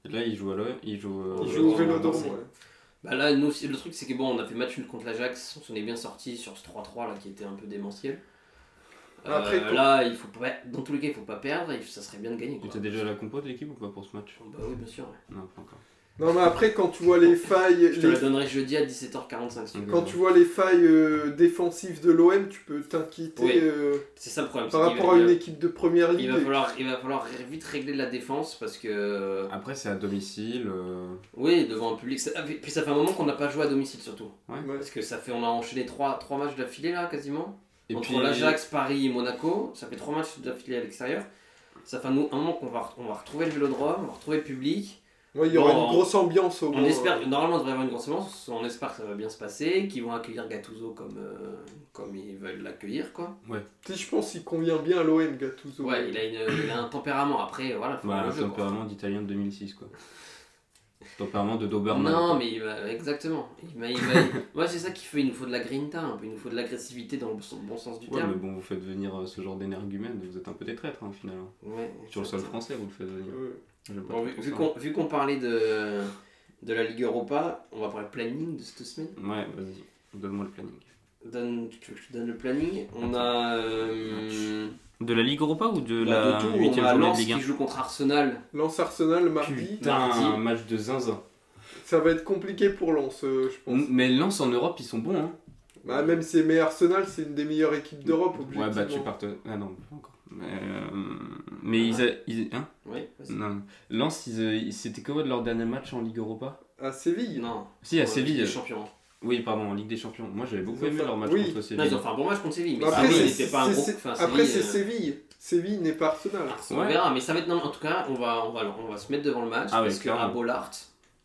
Et là, ils jouent à l'OM, ils jouent, euh, Ils Au jouent au Vélodrome, Vélodrome. c'est- ouais. Bah là, nous, c'est- le truc, c'est que bon, on a fait match nul contre l'Ajax, on s'en est bien sorti sur ce 3-3 là qui était un peu démentiel. Euh, Après, quand- là, il faut pas, dans tous les cas, il faut pas perdre, et ça serait bien de gagner. Tu Quoi. t'es déjà à la compo de l'équipe ou pas pour ce match Bah oui, bien sûr. ouais. Non, pas encore. Non, mais après, quand tu vois les failles. Je te les- la donnerai jeudi à 17h45. si tu veux. Quand tu vois les failles euh, défensives de l'OM, tu peux t'inquiéter Oui. euh, C'est ça le problème. par c'est qu'il rapport à va- une équipe de première il ligue. va, falloir, il va falloir vite régler la défense parce que. Après, c'est à domicile. euh, Oui, devant un public. ça- ah, puis ça fait un moment qu'on n'a pas joué à domicile surtout. Ouais. Parce que ça fait. On a enchaîné 3, trois matchs d'affilée là quasiment. Et Entre puis, l'Ajax, Paris et Monaco, ça fait trois matchs d'affilée à l'extérieur. Ça fait un un moment qu'on va, on va retrouver le vélodrome, on va retrouver le public. Ouais, il y aura Bon, une grosse ambiance au On moins. espère, normalement, il devrait y avoir une grosse séance. On espère que ça va bien se passer, qu'ils vont accueillir Gattuso comme, euh, comme ils veulent l'accueillir. quoi. Si je pense qu'il convient bien à l'OM, Gattuso. Ouais, il a, une- il a un tempérament. Après, voilà, faut bah, voir un le jeu, quoi. tempérament d'Italien de 2006, quoi. tempérament de Doberman. Non, mais il va, exactement. Il va- il va- Moi, c'est ça qu'il faut. Il nous faut de la grinta, un peu. Il nous faut de l'agressivité dans le bon, bon sens du Ouais, mais terme. bon, vous faites venir euh, ce genre d'énergumène, vous êtes un peu des traîtres, hein, au final. hein. Ouais, Sur le sol exactement. français, vous le faites venir. Ouais. J'aime pas Bon, vu trop vu ça. qu'on vu qu'on parlait de, de la Ligue Europa, on va parler planning de cette semaine. Ouais, vas-y, donne-moi le planning. Donne, tu veux que je te donne le planning On a. euh, De la Ligue Europa ou de bah, la de tout, 8 on a journée Lens de Ligue 1 qui joue contre Arsenal. Lance Arsenal mardi, Putain, un match de zinzin. ça va être compliqué pour Lens, euh, je Mm. pense. Mais Lens en Europe, ils sont bons, hein. Bah, même si mais Arsenal, c'est une des meilleures équipes d'Europe. Ouais, bah tu objectivement. partes. Ah non, pas encore. Mais, euh, mais ils, a- ils- Hein Ouais, vas-y. Non. Lens, ils, euh, ils- c'était quoi de leur dernier match en Ligue Europa À Séville. Non. Si, à Ouais, Séville. les champions. Oui, pardon, en Ligue des Champions. Moi, j'avais beaucoup ont aimé fait- leur match oui. contre Non, Séville. ils ont fait un bon match contre Séville, mais Bah, après, Séville c'est- n'était pas un c'est- gros. c'est- enfin, Après, c'est Séville, euh, Séville. Séville n'est pas Arsenal. On Ouais. verra, mais ça va être. non, en tout cas, on va, on, va, on va se mettre devant le match Ah ouais, parce qu'à clairement. Bollard,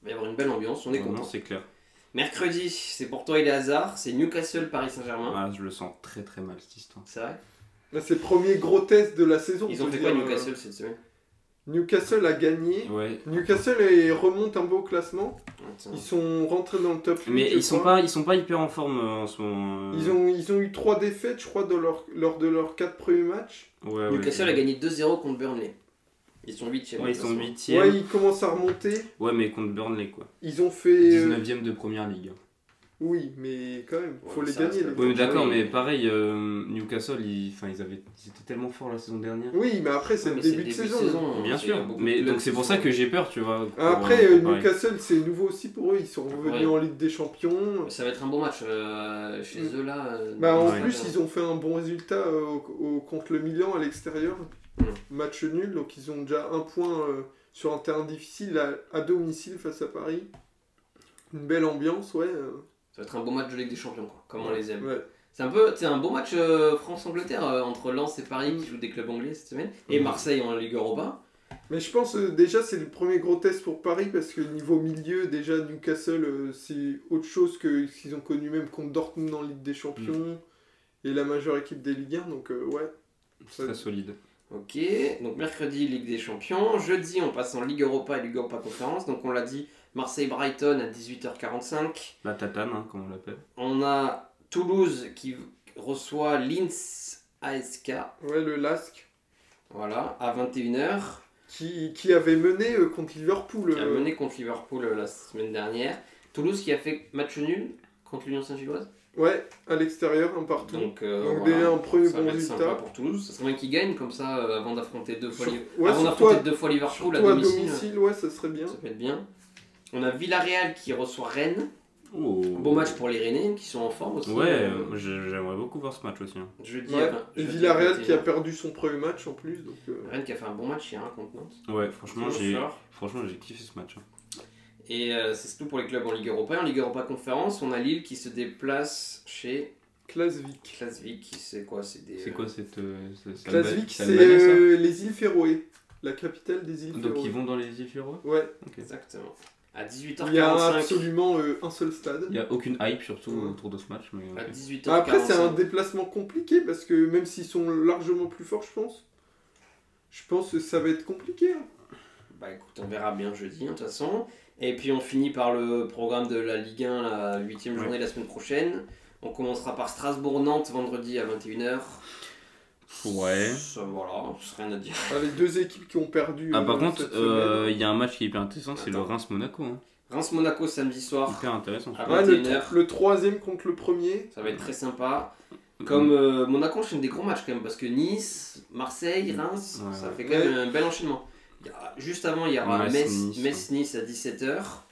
il va y avoir une belle ambiance, on est Vraiment, content. c'est clair. Mercredi, c'est pour toi et les hasards, c'est Newcastle Paris-Saint-Germain. Ah, je le sens très très mal cette histoire. C'est vrai Là, C'est le premier gros test de la saison. Ils on ont peut fait quoi dire. euh, Newcastle cette semaine Newcastle a gagné. Ouais. Newcastle est- remonte un peu au classement. Attends. Ils sont rentrés dans le top 8. Mais je ils sont crois. pas, ils sont pas hyper en forme euh, en ce moment. euh. Ils ont, ils ont eu trois défaites, je crois, dans leur, lors de leurs quatre premiers matchs. Ouais, ouais. Newcastle a gagné 2-0 contre Burnley. Ils sont 8 chez Ouais, ils sont Ouais, 8 ils commencent à remonter. Ouais, mais contre Burnley, quoi. Ils ont fait. euh, 19ème de première ligue. Oui, mais quand même, faut Ouais, les ça reste gagner. la les Oui, mais matchs. d'accord, mais pareil, euh, Newcastle, ils, enfin, ils, avaient, ils étaient tellement forts la saison dernière. Oui, mais après, c'est Ouais, le mais début de saison. Bien hein, il y a sûr, beaucoup mais de clubs donc c'est qui pour sont- ça que j'ai peur, tu vois. pour, Après, euh, euh, pareil. Newcastle, c'est nouveau aussi pour eux. Ils sont revenus Ouais. en Ligue des Champions. Ça va être un bon match euh, chez Mm. eux là. euh, Bah, en dans le plus, stade. ils ont fait un bon résultat euh, au- au- contre le Milan à l'extérieur. Mm. Match nul, donc ils ont déjà un point euh, sur un terrain difficile à, à domicile face à Paris. Une belle ambiance, ouais. euh, Ça va être un beau match de Ligue des Champions, quoi, comme on les aime. ouais. C'est un peu c'est un beau match euh, France-Angleterre euh, entre Lens et Paris qui jouent des clubs anglais cette semaine et Mm. Marseille en Ligue Europa. Mais je pense euh, déjà c'est le premier gros test pour Paris parce que niveau milieu déjà Newcastle euh, c'est autre chose que ce qu'ils ont connu même contre Dortmund en Ligue des Champions et la majeure équipe des Ligue 1 donc euh, ouais C'est très solide. Ok, donc mercredi Ligue des Champions, jeudi on passe en Ligue Europa et Ligue Europa Conférence. Donc on l'a dit, Marseille-Brighton à 18h45. La tatane, hein, comme on l'appelle. On a Toulouse qui reçoit Linz ASK, ouais le Lask voilà, à 21h. qui, qui avait mené euh, contre Liverpool qui a euh, mené contre Liverpool euh, la semaine dernière. Toulouse qui a fait match nul contre l'Union Saint-Gilloise. euh, ouais à l'extérieur un partout donc, Donc, euh, déjà voilà, un premier ça bon va être sympa résultat pour Toulouse. Ça serait bien qu'ils gagnent comme ça euh, avant d'affronter deux fois, Sur- Li- ouais, avant surtout, à, d'affronter deux fois Liverpool à surtout à domicile. hein. domicile hein. ouais ça serait bien Ça peut être bien. On a Villarreal qui reçoit Rennes. Oh. Bon match pour les Rennais qui sont en forme aussi. Ouais, Euh, euh, j'ai- j'aimerais beaucoup voir ce match aussi. hein. jeudi. Ouais. à vingt- et jeudi à Villarreal qui a 21. perdu son premier match en plus donc euh, Rennes qui a fait un bon match hier hein, contre Nantes. Ouais, franchement, Toujours j'ai fort. franchement, j'ai kiffé ce match. hein. Et euh, c'est tout pour les clubs en Ligue Europa. En Ligue Europa Conférence, on a Lille qui se déplace chez Klasvik Klasvik. qui C'est quoi C'est des. C'est quoi cette. euh, ce- c'est Alba- Klasvik c'est c'est Albanais, ça euh, les îles Féroé la capitale des îles hein. Donc Féroé ils vont dans les îles Féroé ouais Exactement. À Il y a 18h45. absolument euh, un seul stade. Il n'y a aucune hype surtout Ouais. autour de ce match. Mais, À ok. 18h45. Bah, Après, c'est un déplacement compliqué parce que même s'ils sont largement plus forts, je pense, je pense que ça va être compliqué. hein. Bah écoute, on verra bien jeudi, hein, de toute façon. Et puis on finit par le programme de la Ligue 1, la 8 journée la semaine prochaine. On commencera par Strasbourg-Nantes vendredi à 21h. euh, Ouais. Ça, voilà, rien à dire. Enfin, les deux équipes qui ont perdu. Ah, euh, par contre, cette euh, semaine. il y a un match qui est hyper intéressant, c'est le Attends. Reims-Monaco. hein. Reims-Monaco samedi soir. Hyper intéressant. Ah, ça. Ouais, le, 21h. le troisième contre le premier. Ça va être très sympa. Comme Mm. euh, Monaco enchaîne des gros matchs quand même, parce que Nice, Marseille, Reims, Mm. Ouais, ça ouais. fait quand même un bel enchaînement. Il y a- juste avant, il y aura Metz, Metz- Nice. Metz-Nice à 17h.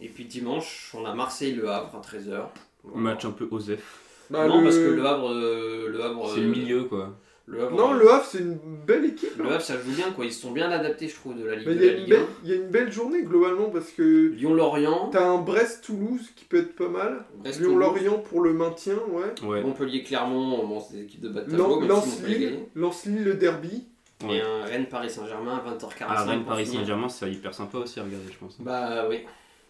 Et puis dimanche, on a Marseille-Le Havre à 13h. Match un peu osef. Bah, non, le- parce que Le Havre. euh, le Havre C'est euh, le milieu quoi. Le Havre, Non, euh, le Havre, c'est une belle équipe. hein. Le Havre, ça joue bien, quoi. Ils se sont bien adaptés, je trouve, de la Ligue Mais il de y, la a une Ligue belle- il y a une belle journée globalement parce que 1. Lyon-Lorient. t'as un Brest-Toulouse qui peut être pas mal. Brest, Lyon-Lorient pour le maintien, ouais. Ouais. Montpellier-Clermont. Bon, c'est des équipes de bas de Lan- tableau, même si Montpellier Lance-Lille, Lance-Lille, le derby. gagne. Et un Rennes-Paris-Saint-Germain à 20h45. À Rennes, pour Paris finir. Saint-Germain, c'est hyper sympa aussi à regarder, je pense. hein. Bah oui,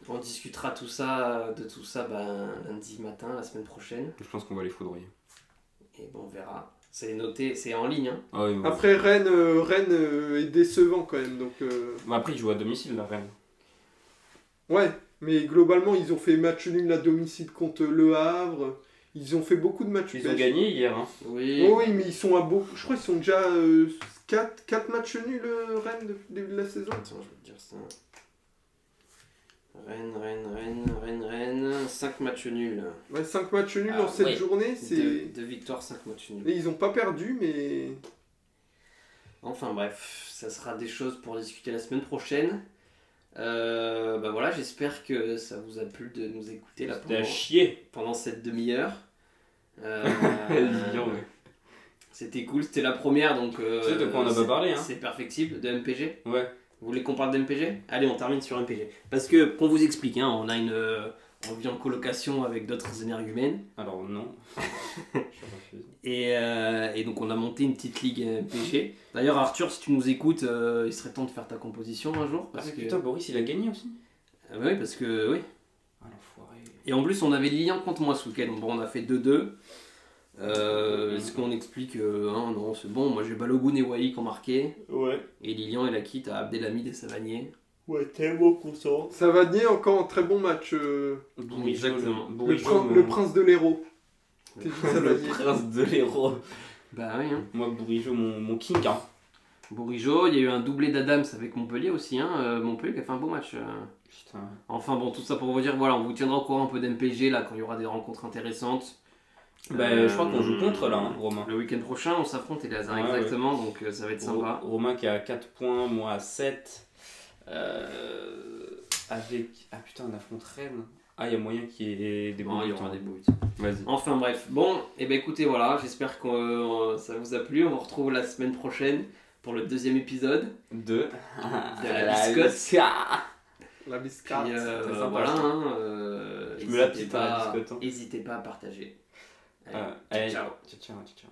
on discutera tout ça, euh, de tout ça ben, lundi matin, la semaine prochaine, Je pense qu'on va les foudroyer. et bon, on verra. C'est noté, c'est en ligne. Hein. Ah, ouais, ouais. Après Rennes, euh, Rennes euh, est décevant quand même. Donc euh, Bah, après, ils jouent à domicile là, Rennes. ouais, mais globalement ils ont fait match nul à domicile contre Le Havre. Ils ont fait beaucoup de matchs. Ils ont nuls. gagné hier. hein. Oui, Oh oui, mais ils sont à beaucoup. Je crois qu'ils sont déjà 4, matchs nuls euh, Rennes depuis le début de la saison. attends, je vais te dire ça. Rennes, Rennes, Rennes, Rennes, Rennes, 5 matchs nuls. Ouais, 5 matchs nuls Ah, en cette ouais. journée, c'est. 2 victoires, 5 matchs nuls. Et ils ont pas perdu, mais Enfin bref, ça sera des choses pour discuter la semaine prochaine. Euh, bah voilà, j'espère que ça vous a plu de nous écouter là T'as pendant, chier. pendant cette demi-heure. Euh, Lyon, ouais. C'était cool, c'était la première donc. euh, Tu sais de quoi on a pas c'est- parlé, hein. C'est perfectible, de MPG. Ouais. Vous voulez qu'on parle de MPG Allez, on termine sur MPG. Parce que, qu'on vous explique, hein, on a une. euh, on vit en colocation avec d'autres énergumènes. Alors non. Je refuse. Et, euh, et donc, on a monté une petite ligue MPG. D'ailleurs, Arthur, si tu nous écoutes, euh, il serait temps de faire ta composition un jour. Parce Parce que. Ah, putain, Boris, il a gagné aussi. Ah bah oui, parce que, oui. Ah l'enfoiré. Et en plus, on avait Lyon contre moi ce week-end. Bon, on a fait 2-2. Euh, Est-ce qu'on explique euh, hein, Non, c'est bon. Moi, j'ai Balogun et Wai qui ont marqué. Ouais, Et Lilian, elle la quitte à Abdelhamid et Savanier. ouais, tellement content. ça va donner encore un très bon match. euh, Boris Exactement. Johnson. le, Boris prin- Johnson. le prince de l'Hérault. Le T'es dit, ça va Le dire. prince de l'héros. Bah oui, hein. Moi, Bourigeau, mon, mon king. hein. Bourigeau, il y a eu un doublé d'Adams avec Montpellier aussi. Hein. Euh, Montpellier qui a fait un beau match. euh. Je Putain. Enfin bon, tout ça pour vous dire, voilà, on vous tiendra au courant un peu d'MPG là quand il y aura des rencontres intéressantes. Bah, Euh, je crois qu'on joue contre là, hein, Romain. Le week-end prochain, on s'affronte, et Ouais, ouais. Oh. exactement, donc euh, ça va être sympa. Ro- Romain qui a 4 points, moi à 7. Euh, avec. Ah putain, on affronte Rennes. Ah, il y a moyen qu'il y ait des bons Bon, il y buts, aura hein. des bruits. Vas-y. Enfin bref, bon, et ben écoutez, voilà, j'espère que euh, ça vous a plu. On vous retrouve la semaine prochaine pour le deuxième épisode. De 2. la biscotte. La Puis, biscate. euh, c'était sympa, voilà, je trouve. hein, euh, Je me la hésitez petite, hein, la pas- biscotte, hein. Hésitez pas à partager. Euh, Allez, allez. ciao. Ciao, ciao, ciao.